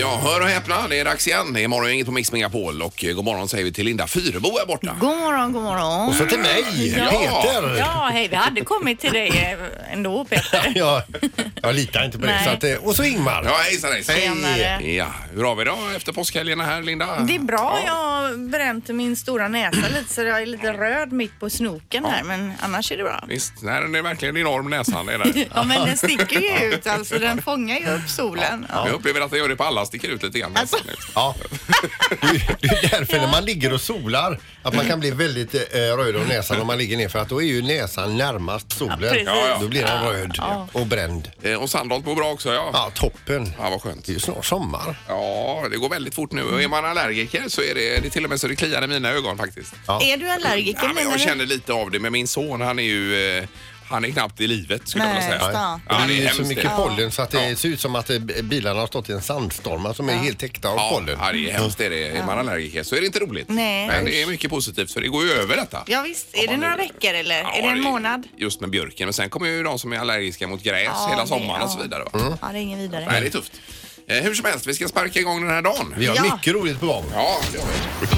Ja, hör och häpna, det är dags igen. Det är morgon, inget på Mix Megapol och eh, god morgon säger vi till Linda Fyrebo här borta. God morgon, god morgon. Och så till mig, Ja. Peter. Ja. Ja, hej, vi hade kommit till dig eh, ändå Peter. jag litar inte på det. Nej. Så att, eh, och så Ingmar. Ja, hejsan hejsan. Tjenare. Ja, hur har vi idag efter påskhelgen här Linda? Det är bra, jag har bränt min stora näsa lite så jag är lite röd mitt på snoken här men annars är det bra. Visst, nej, den är verkligen enorm näsan. Det är det. Ja men den sticker ju ut alltså, den fångar ju upp solen. Ja. Jag upplever att den gör det på alla, sticker ut lite grann. Alltså. Ja. Det är därför när man ligger och solar att man kan bli väldigt eh, röd om näsan om man ligger ner för att då är ju näsan närmast solen. precis. Ja, ja. Då blir den röd och bränd. Eh, Och Sandholt mår bra också ja. Ja, toppen. Ja, vad skönt. Det är ju snart sommar. Ja, det går väldigt fort nu. Och är man allergiker så är det, det är till och med så det kliar i mina ögon faktiskt. Ja. Är du allergiker Ja, men menar jag du? känner lite av det, men min son han är ju eh, han är knappt i livet skulle jag Nej, vilja säga. stan. Ja, det är ju hemskt, så mycket det. pollen så att det ser ut som att eh, bilarna har stått i en sandstorm. Alltså de är helt täckta av Ja, pollen. ja, det är hemskt är det. Är man allergiker så är det inte roligt. Nej. Men det är mycket positivt för det går ju över detta. Ja, visst, är Om det man några nu- veckor eller? Ja, är det en månad? Just med björken. Men sen kommer ju de som är allergiska mot gräs Ja, hela det- sommaren ja. och så vidare. Va? Ja, det är ingen vidare. Nej, det är tufft. Eh, hur som helst, vi ska sparka igång den här dagen. Vi har Ja. mycket roligt på gång. Ja, det gör vi.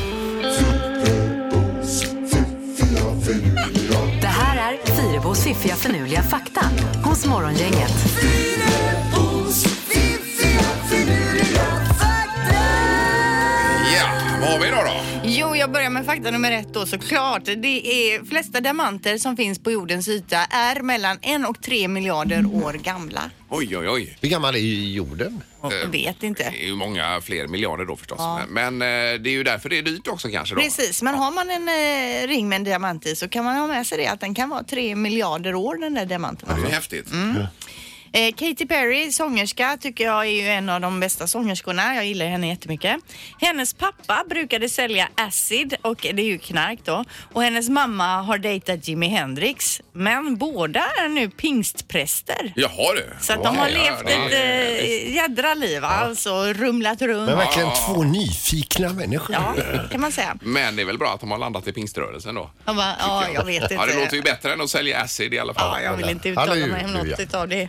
Det här är Fyrabos fiffiga förnuliga fakta hos Morgongänget. Ja, vad har vi idag då? Jo, jag börjar med fakta nummer ett då såklart. Det är flesta diamanter som finns på jordens yta är mellan en och tre miljarder år gamla. Oj, oj, oj. Hur gammal är ju jorden? Jag vet inte. Det är ju många fler miljarder då förstås. Men eh, det är ju därför det är dyrt också kanske då. Precis, men har man en eh, ring med en diamant i så kan man ha med sig det att den kan vara tre miljarder år den där diamanten. Det är ju häftigt. Mm. Eh, Katy Perry, sångerska, tycker jag är ju en av de bästa sångerskorna. Jag gillar henne jättemycket. Hennes pappa brukade sälja acid och det är ju knark då. Och hennes mamma har dejtat Jimi Hendrix. Men båda är nu pingstpräster. Jaha du. Så att de har Ja, levt det är- ett eh, jädra liv, alltså rumlat runt. Men verkligen två nyfikna människor. Ja, kan man säga. Men det är väl bra att de har landat i pingströrelsen då. Jag bara, ja, jag vet inte. Ja, det låter ju bättre än att sälja acid i alla Ja, fall. jag vill inte Alla uttala djur mig om nu, ja. något utav det.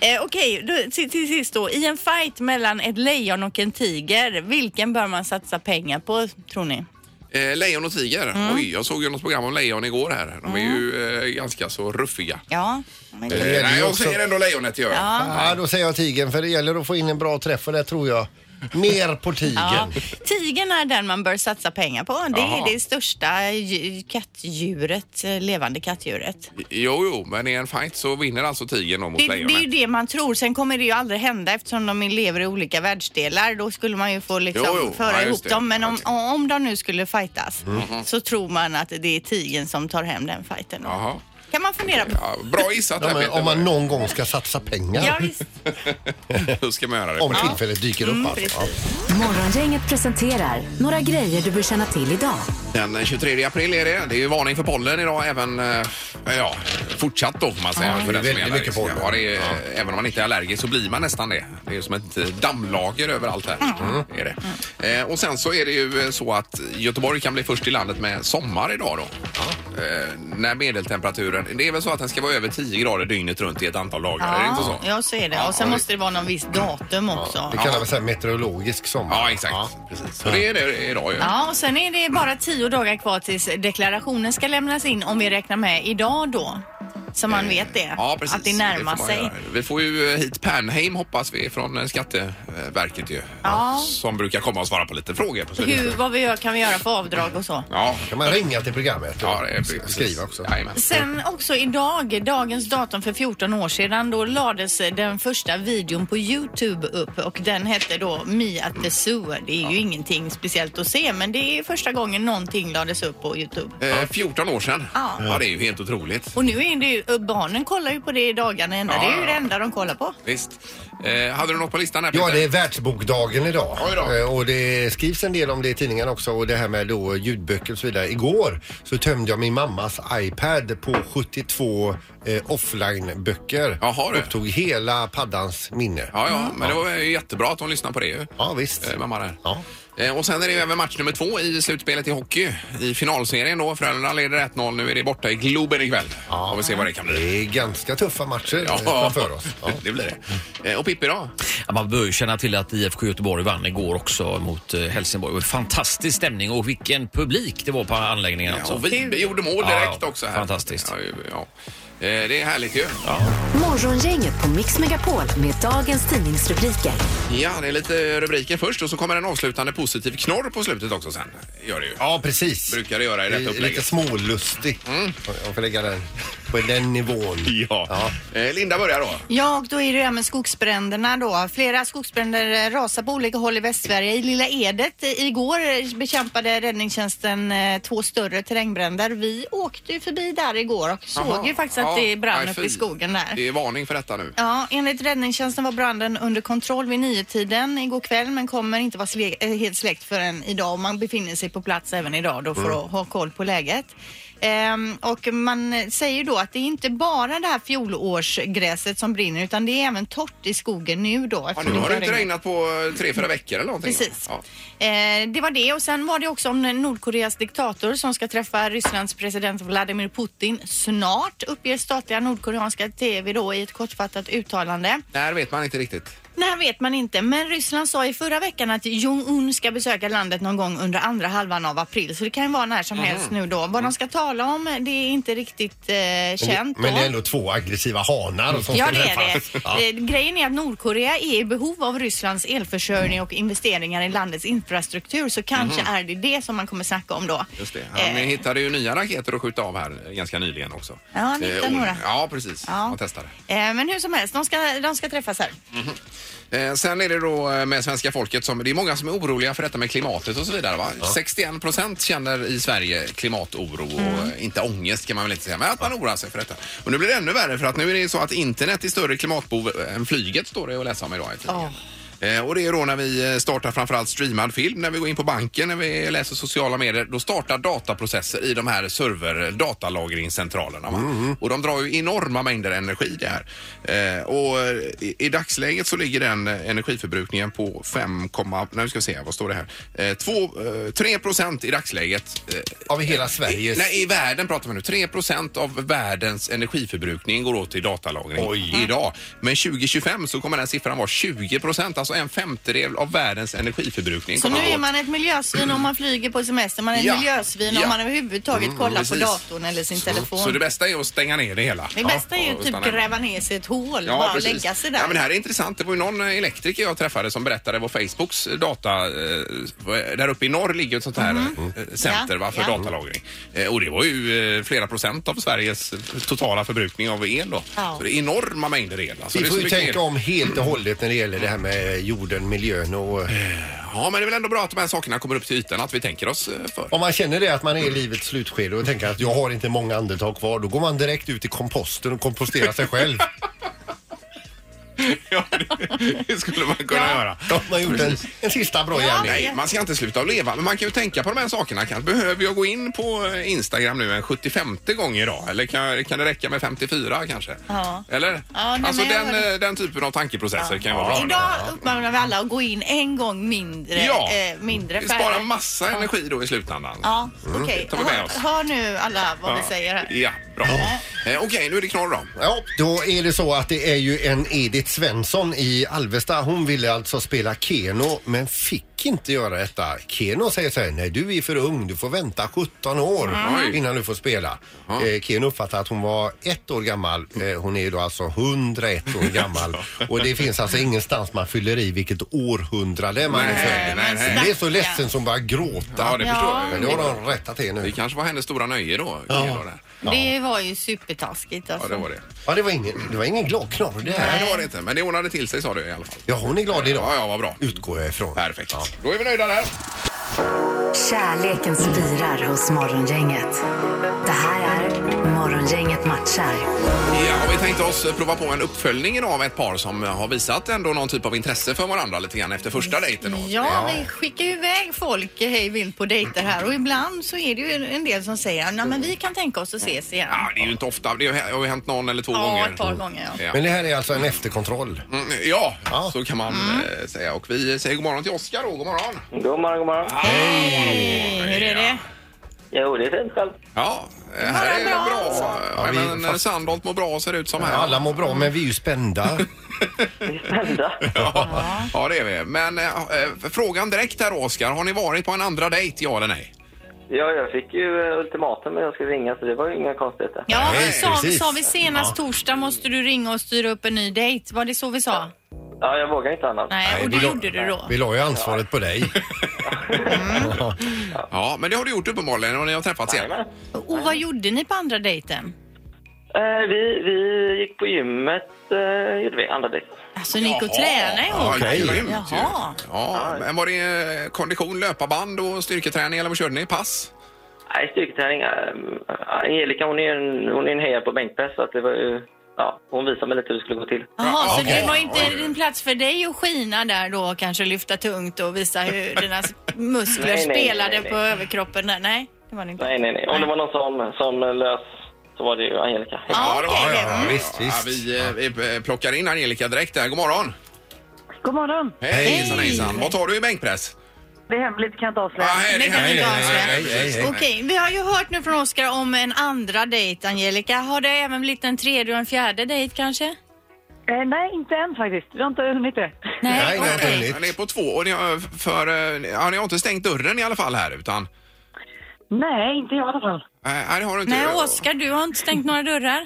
Eh, Okej, då- till, till sist då. I en fight mellan ett lejon och en tiger, vilken bör man satsa pengar på tror ni? Eh, lejon och tiger. Mm. Oj, jag såg ju något program om lejon igår här. De är ju eh, ganska så ruffiga. Ja, men Eh, är det nej, ju jag också. säger ändå lejonet gör jag. Ja, då säger jag tigern för det gäller att få in en bra träff och det tror jag mer på Ja, tigern. tigern är den man bör satsa pengar på. Det Jaha. är det största dju- kattdjuret, eh, levande kattdjuret. Jo, jo, men i en fight så vinner alltså tigern då mot Det, det lejonet. är ju det man tror. Sen kommer det ju aldrig hända eftersom de lever i olika världsdelar. Då skulle man ju få liksom Jo, jo. föra Ja, just ihop det. dem. Men om, Okej. Mm. Mm-hmm. om de nu skulle fightas så tror man att det är tigern som tar hem den fighten. då. Jaha. Kan man fundera på. Ja, bra gissat Ja, där men Peter. om man någon gång ska satsa Ja, pengar. visst. Hur ska man göra det? Om tillfället dyker Mm, upp alltså. Ja. Morgongänget presenterar några grejer du bör känna till idag. Den 23 april är det. Det är ju varning för pollen idag även, eh, ja, fortsatt då får man säga. för Det är den som väldigt allergisk. mycket pollen. Ja, det är, Även om man inte är allergisk så blir man nästan det. Det är ju som ett eh, dammlager överallt här. Är det. Eh, och sen så är det ju eh, så att Göteborg kan bli först i landet med sommar idag då. Eh, när medeltemperaturen, det är väl så att den ska vara över 10 grader dygnet runt i ett antal dagar, är det inte så? ja, så är det. Ja, Och sen ja, måste det vara någon viss datum också. Det kallar man så här meteorologisk sommar. Ja, exakt. Precis. Så det är det idag ju. Ja, och sen är det bara tio dagar kvar tills deklarationen ska lämnas in om vi räknar med idag då. Så man vet det. Eh, Ja, precis. att det får närmar man sig. göra. Vi får ju eh, hit Pernheim hoppas vi från eh, Skatteverket ju. Ja. Som brukar komma och svara på lite frågor på slutet. Hur, vad vi gör, kan vi göra för avdrag och så? Ja, Kan man ringa till programmet och ja det är precis. skriva också? Jajamän. Sen också idag, dagens datum för 14 år sedan, då lades den första videon på Youtube upp och den hette då Me at the Zoo. Det är ju ingenting speciellt att se men det är första gången någonting lades upp på Youtube. Eh, 14 år sedan. Ja. ja, det är ju helt otroligt. Och nu är det ju, eh, barnen kollar ju på det i dagarna ända. Ja, det är ja. ju det enda de kollar på. Visst. Eh, hade du något på listan här Ja, Peter? det är världsbokdagen idag. Oj då. Eh, Och det skrivs en del om det i tidningarna också och det här med då ljudböcker och så vidare. Igår så tömde jag min mammas iPad på 72 eh, offline-böcker. Jaha, du. Upptog hela paddans minne. Ja, ja, men det var ju jättebra att hon lyssnade på det ju. Mm. Ja, visst. Eh, mamma där. Ja. Eh, Och sen är det ju även match nummer två i slutspelet i hockey. I finalserien då. Frölunda leder 1-0. Nu är det borta i Globen ikväll. Ja. Och vi ser vad det kan bli. Det är ganska tuffa matcher eh, Ja. framför oss. Ja. Det blir det. Eh, Och Pippi då? Ja, man bör ju känna till att IFK Göteborg vann igår också mot eh, Helsingborg. Och Fantastisk stämningen och vilken publik det var på anläggningen. Ja, alltså. och Vibe gjorde mål direkt Ja, också. Här. fantastiskt. Ja, ju- ja. Eh, Det är härligt ju. Ja. Morgongänget på Mix Megapol med dagens tidningsrubriker. det är lite rubriker först och så kommer en avslutande positiv knorr på slutet också sen. Gör det ju. Ja, precis. Brukar det göra i detta upplägget. Mm. Lite smålustig. Om jag får lägga den på den nivån. Eh, Linda börjar då. Ja, och då är det det här med skogsbränderna då. Flera skogsbränder eh, rasar på olika håll i Västsverige. I Lilla Edet eh, igår eh, bekämpade räddningstjänsten eh, två större terrängbränder. Vi åkte ju förbi där igår och såg Aha. ju faktiskt Ja, att det brann nej, uppe fy. i skogen där. Det är varning för detta nu. Ja, enligt räddningstjänsten var branden under kontroll vid niotiden igår kväll men kommer inte vara sle- eh, helt släckt förrän idag. Och Man befinner sig på plats även idag då för Mm. att ha koll på läget. Ehm, och man eh, säger ju då att det är inte bara det här fjolårsgräset som brinner utan det är även torrt i skogen nu då. Ja, eftersom nu har det börjar inte regna. regnat på eh, tre, fyra veckor eller någonting. Precis. Ja. Eh, det var det och sen var det också om Nordkoreas diktator som ska träffa Rysslands president Vladimir Putin snart uppger statliga Nordkoreanska TV då i ett kortfattat uttalande. Där vet man inte riktigt. Nej, vet man inte. Men Ryssland sa i förra veckan att Jong-Un ska besöka landet någon gång under andra halvan av april. Så det kan ju vara när som helst nu då. Vad de ska tala om, det är inte riktigt eh, känt Men då. Mm. det är ändå två aggressiva hanar som Ja, ska det är träffas. det. Ja. Eh, Grejen är att Nordkorea är i behov av Rysslands elförsörjning och investeringar i landets infrastruktur. Så kanske Mhm. är det det som man kommer snacka om då. Just det. Han Eh, hittade ju nya raketer att skjuta av här eh, ganska nyligen också. Ja, han hittade Eh, och- några. Ja, precis. Ja. Han testade. eh, men hur som helst, de ska, de ska träffas här. Eh, sen är det då eh, med svenska folket som, det är många som är oroliga för detta med klimatet och så vidare va? 61 procent känner i Sverige klimatoro och eh, inte ångest kan man väl inte säga, men att man oroar sig för detta. Och nu blir det ännu värre för att nu är det ju så att internet är större klimatbov än flyget står det att läsa om idag i tidningen. Eh, Och det är då när vi eh, startar framförallt streamad film, när vi går in på banken, när vi läser sociala medier, då startar dataprocesser i de här server eh, datalagringscentralerna. Va? Och de drar ju enorma mängder energi det här. Eh, Och eh, i, i dagsläget så ligger den eh, energiförbrukningen på 5, komma- nej, nu ska vi se, här, vad står det här? Eh, två, eh, 3 procent i dagsläget. eh, Av hela i, Sveriges... nej, i världen pratar vi nu. 3 av världens energiförbrukning går åt till datalagring idag. Men 2025 så kommer den siffran vara 20 alltså en femtedel av världens energiförbrukning. Så nu kommer är åt. man ett miljösvin om man flyger på semester, man är ett Ja. miljösvin Ja. Mm, om man överhuvudtaget kollar precis. på datorn eller sin telefon. Så det bästa är att stänga ner det hela. Det bästa är ju och typ stanna hemma. gräva ner sig i ett hål, Ja, bara precis. lägga sig där. Ja, men det här är intressant. Det var ju någon eh, elektriker jag träffade som berättade vad Facebooks data... Eh, där uppe i norr ligger ett sånt här eh, center Mm. Ja, va, för ja. datalagring. Eh, och det var ju eh, flera procent av Sveriges totala förbrukning av el då. Ja. Så det är enorma mängder el. Alltså. Vi Det är får så ju mycket tänka el. om helt och hållet när det gäller det här med jorden, miljön och... Ja, men det är väl ändå bra att de här sakerna kommer upp till ytan, att vi tänker oss eh, för. Om man känner det att man är i livets slutskede och tänker att jag har inte många andetag kvar, då går man direkt ut i komposten och komposterar sig själv. Ja, det, det skulle man kunna göra. Då har man gjort en, en sista bra gärning. Nej, man ska inte sluta att leva, men man kan ju tänka på de här sakerna. Kan, behöver jag gå in på eh, Instagram nu en 75 gång idag? Eller kan, kan det räcka med 54 kanske? Ja. Eller? Ja, nej, alltså men jag den, hörde- eh, den typen av tankeprocesser kan ju vara bra. Idag uppmanar vi alla att gå in en gång mindre. Ja. Eh, mindre Vi för- sparar massa energi då i slutändan. Ja, okej. tar vi med Hör- oss. Hör nu alla vad vi säger här. Ja, bra. Eh, Okej, nu är det knorr då. Ja, då är det så att det är ju en Edith Svensson i Alvesta. Hon ville alltså spela Keno men fick inte göra detta. Keno säger så här, nej du är för ung, du får vänta 17 år Mm. Oj. innan du får spela. Eh, Keno uppfattar att hon var ett år gammal. Eh, hon är då alltså 101 år gammal. Och det finns alltså ingenstans man fyller i vilket århundrade man är Nej, född. nej, nej. Hon blev så ledsen som bara gråta. Ja, det Ja. förstår Men jag. det har de rättat till Det nu. kanske var hennes stora nöje då. Keno där. Det var ju supertaskigt Ja, alltså. det var det. Ja, det var ingen, det var ingen glad knorr det Nej, här. det var det inte. Men det ordnade till sig sa du i alla fall. Ja, hon är glad idag. Ja, ja, vad bra. Utgår jag ifrån. Perfekt. Då är vi nöjda där. Kärleken spirar hos Morgongänget. Det här är Morgongänget matchar. Ja, och vi tänkte oss prova på en uppföljning idag av ett par som har visat ändå någon typ av intresse för varandra lite grann efter första dejten. då. Ja, vi skickar ju iväg folk hej vilt på dejter här och ibland så är det ju en- en del som säger "Nej, men vi kan tänka oss att ses igen. Ja, det är ju inte ofta. Det har ju hänt någon eller två Ja, gånger. ett par gånger, ja. Ja, Men det här är alltså en efterkontroll. Mm, ja, Ja. så kan man Mm. eh, säga. Och vi säger god morgon till Oskar då. God morgon. God morgon, god morgon. Hej, Hur är det? Jo, det är fint själv. Ja, eh, här är bra. Morgon, bra. Ja, Ja, vi- men, eh, fast- Sandholt mår bra ser det ut som Ja, här. Alla mår bra men vi är ju spända. Vi är spända. Ja, ja, det är vi. Men eh, eh, frågan direkt här, Oskar. Har ni varit på en andra dejt, ja eller nej? Ja, jag fick ju eh, ultimatum när jag skulle ringa så det var ju inga konstigheter. Ja, Nej, sa, precis. sa vi senast torsdag måste du ringa och styra upp en ny dejt? Var det så vi sa? Ja, jag vågar inte annat. Nej, och det vi la- gjorde du då. Vi la ju ansvaret på dig. Ja, men det har du gjort uppenbarligen och ni har träffats igen. Jajamän. Och vad gjorde ni på andra dejten? Eh, vi, vi gick på gymmet, eh, gjorde vi, andra dejt. Alltså ni gick och Jaha. tränade Ja, ihop? grymt ju. Jaha. Ja, men var det eh, kondition, löparband och styrketräning eller vad körde ni? Pass? Nej, styrketräning. eh, Angelica hon är ju en, hon är en heja på bänkpress så att det var ju, ja, hon visade mig lite hur det skulle gå till. Jaha, så Okej. det var inte Oj. en plats för dig att skina där då och kanske lyfta tungt och visa hur dina s- muskler Nej, nej, spelade nej, nej. på överkroppen där? Nej, det var det inte. Nej, nej, nej. Om det var någon som, som eh, lös så var det ju Angelica. Ja, det okej, var- det var- Ja, visst, Ja, visst. vi, eh, vi eh, plockar in Angelica direkt där. God morgon! God morgon. Hej! Hejsan, hejsan. Vad tar du i bänkpress? Det är hemligt, kan jag inte avslöja. Ah, hej, Det kan hej, vi inte hej, avslöja. hej, hej, hej. Okej, vi har ju hört nu från Oskar om en andra dejt, Angelica. Har det även blivit en tredje och en fjärde dejt kanske? Eh, nej, inte än faktiskt. Vi har inte hunnit det. Nej, nej, okej. nej. Han är på två och ni har, för, eh, ja, ni har inte stängt dörren i alla fall här utan... Nej, inte jag i alla fall. eh, Nej, det har du inte. Nej, Oskar, du har inte stängt några dörrar?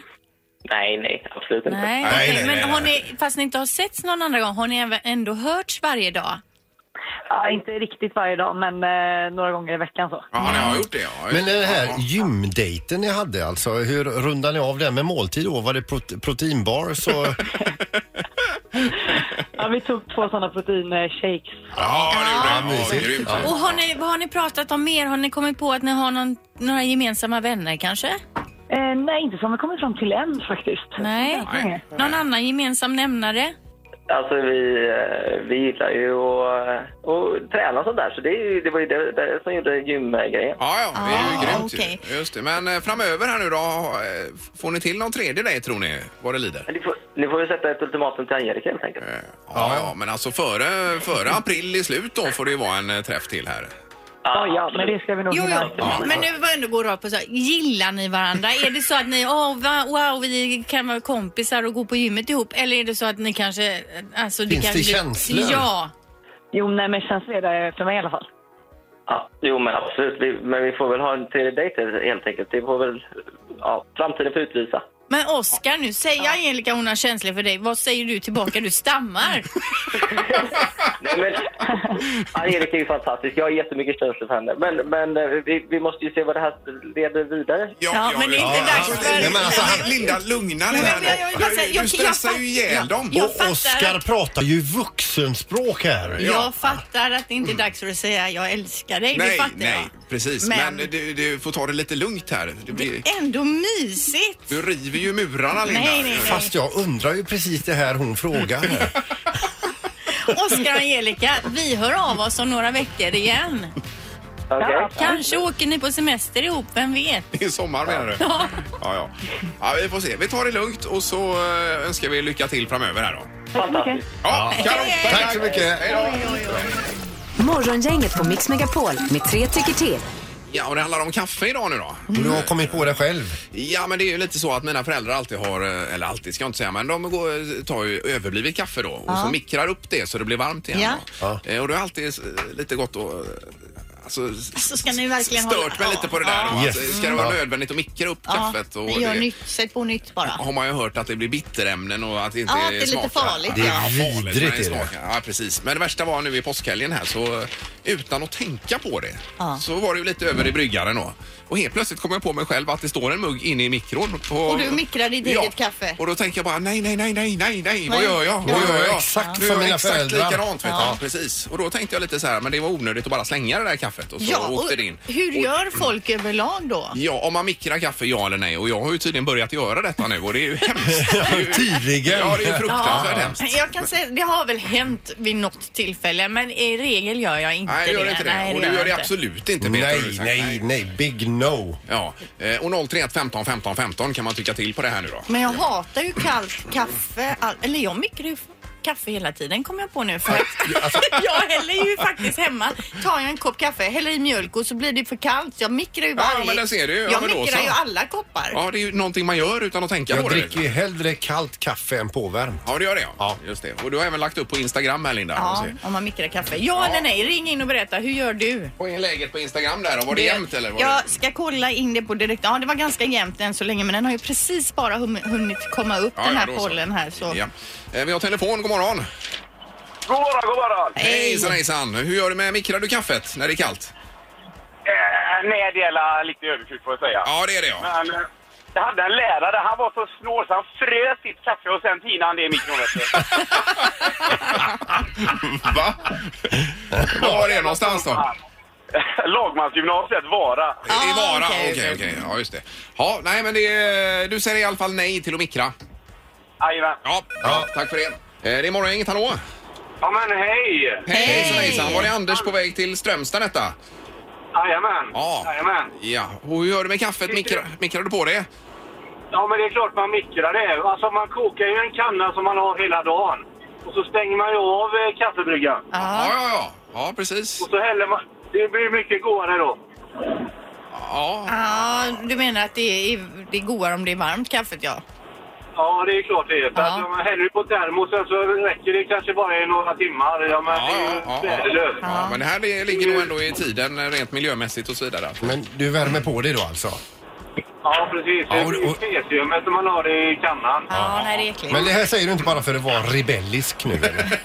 Nej, nej, absolut inte. Nej, Nej, okej. nej, nej, men har ni, fast ni inte har setts någon andra gång, har ni även- ändå hörts varje dag? Ja, inte riktigt varje dag, men eh, några gånger i veckan så. Ja, ni har gjort det, ja. Men eh, den här Ja. gymdejten ni hade alltså, hur rundade ni av den med måltid då? Var det prote- proteinbars och... Ja, vi tog två sådana proteinshakes. Ja, Ja, det gjorde mysigt. ni. Ja, Och har ni, vad har ni pratat om mer? Har ni kommit på att ni har någon, några gemensamma vänner kanske? Eh, nej, inte som vi kommit fram till än faktiskt. Nej. Nej. Någon annan gemensam nämnare? Alltså vi, eh, vi gillar ju att eh, att träna och sådär så det, är ju- det var ju det, det som gjorde gymgrejen. Ja, ja, det är ju Ah, grymt ju. okej. Just det. Men eh, framöver här nu då, eh, f- får ni till någon tredje dejt tror ni, vad det lider? Men Ni får, ni får ju sätta ett ultimatum till Angelica helt enkelt. Eh, Ja, ja, men alltså före, före april i slut då får det ju vara en eh, träff till här. Ja, ja, men det ska vi nog Jo, hinna. jo. men nu var ändå gå rakt på så här. Gillar ni varandra? är det så att ni, åh va- wow, vi kan vara kompisar och gå på gymmet ihop? Eller är det så att ni kanske, alltså Finns kanske det känslor? Ja. Jo, nej, men känns det där för mig i alla fall. Ja, jo men absolut, vi, men vi får väl ha en tredje dejt helt enkelt. Det får väl, ja, framtiden får utvisa. Men Oskar, nu säger Angelica hon har känslor för dig. Vad säger du tillbaka? Du stammar. Nej men, Angelica är ju fantastisk, jag har jättemycket känslor för henne. Men, men eh, vi, vi måste ju se vad det här leder vidare. Ja, men det är inte dags för- Nej, men alltså, han- Linda, lugna dig här men jag- jag- jag- jag- nu. Du jag- stressar jag- ju ihjäl dem. jag- och fattar Oskar att- pratar ju vuxenspråk här. Jag fattar att det inte är dags för att säga jag älskar dig. det Nej, fattar nej, precis. Men, Men- du, du får ta det lite lugnt här. Du, blir, jag. Ändå mysigt. du river ju murarna, Linda. Nej, nej, nej. Fast jag undrar ju precis det här hon frågar. Oskar och Angelica, vi hör av oss om några veckor igen. Okej? Kanske åker ni på semester ihop, vem vet? I sommar menar du? Ja. ja, ja. Vi får se. Vi tar det lugnt och så eh, önskar vi lycka till framöver här då. Fantastiskt. Ja, kanon. Hej, Tack så mycket. Hej då. Morgongänget på Mix Megapol med tre tycker till. Ja, och det handlar om kaffe idag nu då. Du har kommit på det själv. Ja, men det är ju lite så att mina föräldrar alltid har, eh, eller alltid ska jag inte säga, men de går, tar ju överblivet kaffe då och så mikrar upp det så det blir varmt igen. Ja. då. Eh, Och det är alltid eh, lite gott och eh, Alltså, Så ska ni verkligen stört mig hålla- lite på det där. Ja. Då. Yes. Alltså, ska det vara Ja. nödvändigt att mikra upp kaffet? Och Gör det, nytt, sätt på nytt bara. har man ju hört att det blir bitterämnen och att det inte Ja, att det är lite smakar. farligt, Ja, ja. farligt, men Vidrigt det är det. smakar. Ja, precis. Men det värsta var nu i påskhelgen här så eh, utan att tänka på det Ja. så var det ju lite över i bryggaren då. Och helt plötsligt kom jag på mig själv att det står en mugg inne i mikron. På... Och du mikrar ditt ja. eget kaffe. Och då tänker jag bara nej, nej, nej, nej, nej, nej, vad Nej. gör jag? Vad Ja. gör jag? Exakt Nu som gör jag mina exakt föräldrar. likadant, vet Ja. du. Precis. Och då tänkte jag lite så här, men det var onödigt att bara slänga det där kaffet och så Ja, och åkte det in. hur Och- gör folk överlag då? Ja, om man mikrar kaffe, ja eller nej. Och jag har ju tydligen börjat göra detta nu och det är ju hemskt. Tydligen. Ja, det är ju fruktansvärt hemskt. Jag kan säga, det har väl hänt vid något tillfälle, men i regel gör jag inte Nej, det. gör det inte det. och du jag gör det inte. absolut inte, Peter. har du liksom. Nej, sagt. nej, nej. Big no. Ja, eh, och 031 15 15 15 kan man tycka till på det här nu då. Men jag hatar ju kallt kaffe. All, eller jag mikrar ju kaffe hela tiden kom jag på nu för alltså. att jag häller ju faktiskt hemma. Tar jag en kopp kaffe, häller i mjölk och så blir det för kallt. Jag mikrar ju Ja, varje... men där ser du. Ja, jag men då mikrar så. ju alla koppar. Ja, det är ju någonting man gör utan att tänka på Jag det. dricker ju hellre kallt kaffe än påvärmt. Ja, det gör det. Ja. Just det. Och du har även lagt upp på Instagram här, Linda. Ja, om man mikrar kaffe. Ja, eller nej, ring in och berätta. Hur gör du? Vad är läget på Instagram där? Och var det jämnt eller? Var jag det... ska kolla in det på direkt. Ja, det var ganska jämnt än så länge men den har ju precis bara hum- hunnit komma upp Ja, den ja, här då så. pollen här. Så. Ja. Eh, Vi har telefon. God morgon. God morgon, god morgon! Hejsan, hejsan. Hur gör du med mikrar du kaffet när det är kallt? Eh, nej, det gäller lite överkuk får jag säga. Ja, det är det ja. Men, eh, jag hade en lärare, han var så snål så han frös sitt kaffe och sen tinade han det i mikron. vet du. Va? Var är det någonstans då? Eh, Lagmansgymnasiet, Vara. I Vara? okej, Okej, okej. Ja, just det. Ja, nej, men det är... du säger i alla fall nej till att mikra. Jajamän. Ja, ja. tack för det. Eh, Det är Morgongänget, hallå? Ja men hej! Hej. Hejsan, hejsan. Var det Anders på väg till Strömstad detta? Jajamän. Ja. Jajamän. Ja. Och hur gör du med kaffet? Mikra... Mikrar du på det? Ja men det är klart man mikrar det. Alltså man kokar ju en kanna som man har hela dagen. Och så stänger man ju av eh, kaffebryggan. Ja, Ja. ja, ja. Ja, precis. Och så häller man... Det blir mycket godare då. Ja, Ja, du menar att det är, det är godare om det är varmt kaffet ja. Ja, det är klart det är. För Ja. att om man häller det på termosen så räcker det kanske bara i några timmar. Ja, men ja, det är ju ja, ja, ja. värdelöst. ja, men det här det ligger nog ändå i tiden eh, rent miljömässigt och så vidare. Men du värmer på dig då alltså? Ja, precis. Det Ja, och- är och- cesiumet som man har i kannan. Ja, nej det är äckligt. Men det här säger du inte bara för att vara rebellisk nu eller?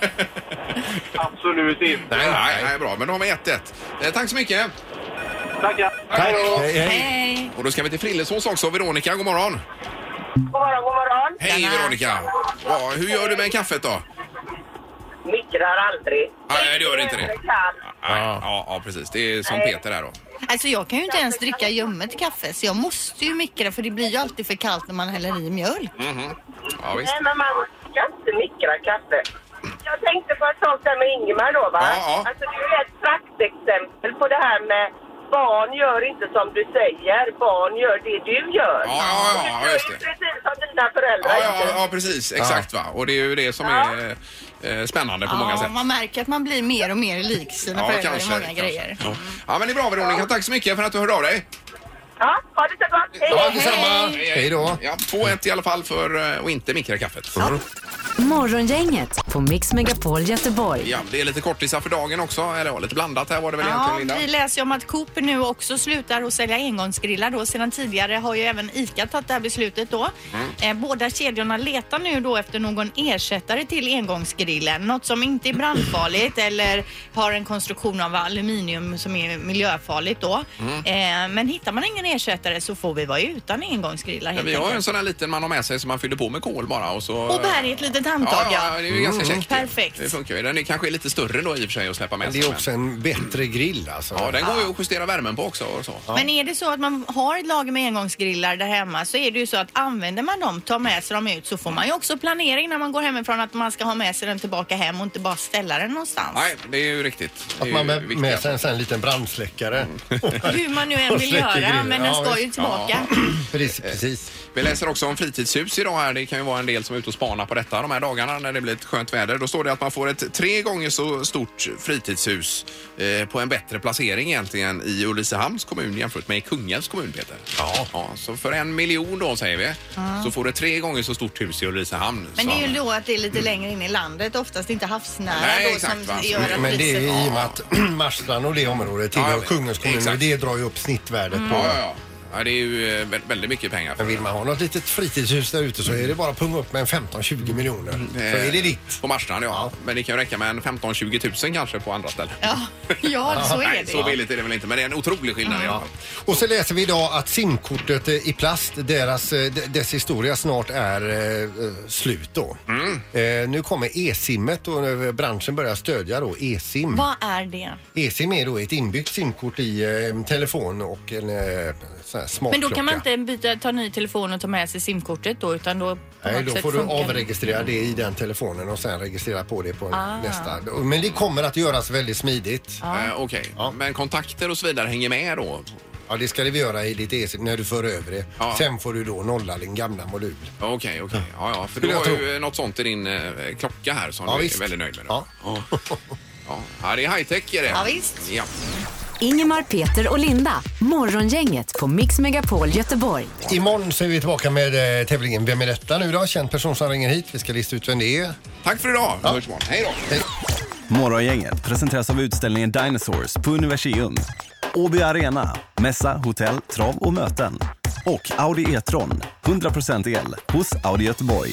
Absolut inte. Nej, nej, nej, bra. Men då har vi 1-1. Eh, Tack så mycket. Tackar. Tack! Hej då. Hej, hej. Hej! Och då ska vi till Frillesås också. Veronica, god morgon. God morgon, god morgon. Hej Tjena. Veronica. Ja, hur gör du med kaffet då? Mikrar aldrig. Ah, Nej, det gör inte det. Ah, Kall. Nej, Ja, ja, precis. Det är som Peter här då. Alltså jag kan ju inte ens dricka ljummet kaffe så jag måste ju mikra för det blir ju alltid för kallt när man häller i mjölk. Ja, visst. Nej, men man ska inte mikra kaffe. Jag tänkte på ett sånt där med Ingemar då, va? Ja, ja. Alltså, det är ju ett praktexempel på det här med barn gör inte som du säger, barn gör det du gör. Ja, ja, Du ja, gör just ju det. precis som dina föräldrar Ja, gör. ja, ja, precis. Exakt va. Och det är ju det som är eh, spännande på många Ja, sätt. man märker att man blir mer och mer lik sina Ja, föräldrar kanske. i många kanske. grejer. Ja. ja, men det är bra Veronica. Tack så mycket för att du hörde av dig. Ja, ha det så bra. Hej, Ja, hej. detsamma! Hej då! Ja, 2-1 i alla fall för eh, att inte mikra kaffet. Morgongänget på Mix Megapol Göteborg. Ja, det är lite kortisar för dagen också. Eller ja, lite blandat här var det väl Ja, egentligen vi Linda? läser ju om att Coop nu också slutar att sälja engångsgrillar då. Sedan tidigare har ju även ICA tagit det här beslutet då. Mm. Eh, båda kedjorna letar nu då efter någon ersättare till engångsgrillen. Något som inte är brandfarligt eller har en konstruktion av aluminium som är miljöfarligt då. Mm. Eh, men hittar man ingen ersättare så får vi vara utan engångsgrillar Ja, helt vi har ju en enkelt. sån här liten man har med sig som man fyller på med kol bara och så... Och bär i ett litet handtag ja, ja, det är ju ganska käckt. Perfekt. Det funkar ju. Den är kanske lite större då i och för sig att släppa med Det sig. är men- också en bättre grill alltså. Ja, den går ju att justera värmen på också och så. Men är det så att man har ett lager med engångsgrillar där hemma så är det ju så att använder man dem, tar med sig dem ut så får man ju också planering när man går hemifrån att man ska ha med sig den tillbaka hem och inte bara ställa den någonstans. Nej, det är ju riktigt. Det är Att man ju med, viktigt. med sig en sån här liten brandsläckare. Mm. Hur man nu än Och vill släcker göra, grillen. men den Ja, ska visst. ju tillbaka. Precis, precis. Vi läser också om fritidshus idag här. Det kan ju vara en del som är ute och spanar på detta de här dagarna när det blir ett skönt väder. Då står det att man får ett tre gånger så stort fritidshus eh, på en bättre placering egentligen i Ulricehamns kommun jämfört med i Kungälvs kommun, Peter. Ja. så för en miljon då säger vi så får du tre gånger så stort hus i Ulricehamn. Men det är ju som- då att det är lite längre in i landet, oftast inte havsnära Nej, då exakt, som va. gör att Men det är ju priset... i och med att Marstrand och det området Ja, jag tillhör vet. Kungens kommun och Exakt. det drar ju upp snittvärdet Mm. på. Ja, ja, ja. ja, det är ju eh, vä- väldigt mycket pengar. Men vill man ha något litet fritidshus där ute så är det bara att punga upp med en 15-20 miljoner. Så Eh, är det ditt. På Marstrand, ja. Men det kan ju räcka med en 15-20 000 kanske på andra ställen. Ja, ja, så är Nej, det så ju. billigt är det väl inte, men det är en otrolig skillnad i alla fall. Och så läser vi idag att simkortet eh, i plast, deras, eh, d- dess historia snart är eh, eh, slut då. Mm. Eh, nu kommer e-simmet och eh, branschen börjar stödja då e-sim. Vad är det? E-sim är E då ett inbyggt simkort i eh, telefon och en eh, sån här smartklocka. Men då kan man inte byta, ta ny telefon och ta med sig simkortet då utan då... på Nej, något då sätt får du funkar det. avregistrera det i den telefonen och sen registrera på det på Ah. nästa. Men det kommer att göras väldigt smidigt. Eh, Okej, men kontakter och så vidare hänger med då? Ja, det ska vi göra i ditt e när du för över det. Ja. Sen får du då nolla din gamla modul. Okej, okej. Ja, ja, för Skulle du har jag ju något sånt i din eh, klocka här som Ja, du är visst. väldigt nöjd med. Ja. Ja. Ja. ja, det är high-tech är det. Ja, visst. Ja. Ingemar, Peter och Linda. Morgongänget på Mix Megapol Göteborg. Imorgon så är vi tillbaka med eh, tävlingen Vem är detta nu då? Känd person som ringer hit. Vi ska lista ut vem det är. Tack för idag. Vi hörs imorgon. Hej då. Morgongänget presenteras av utställningen Dinosaurs på Universium, Åby Arena, mässa, hotell, trav och möten. Och Audi E-tron, 100% el, hos Audi Göteborg.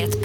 Ett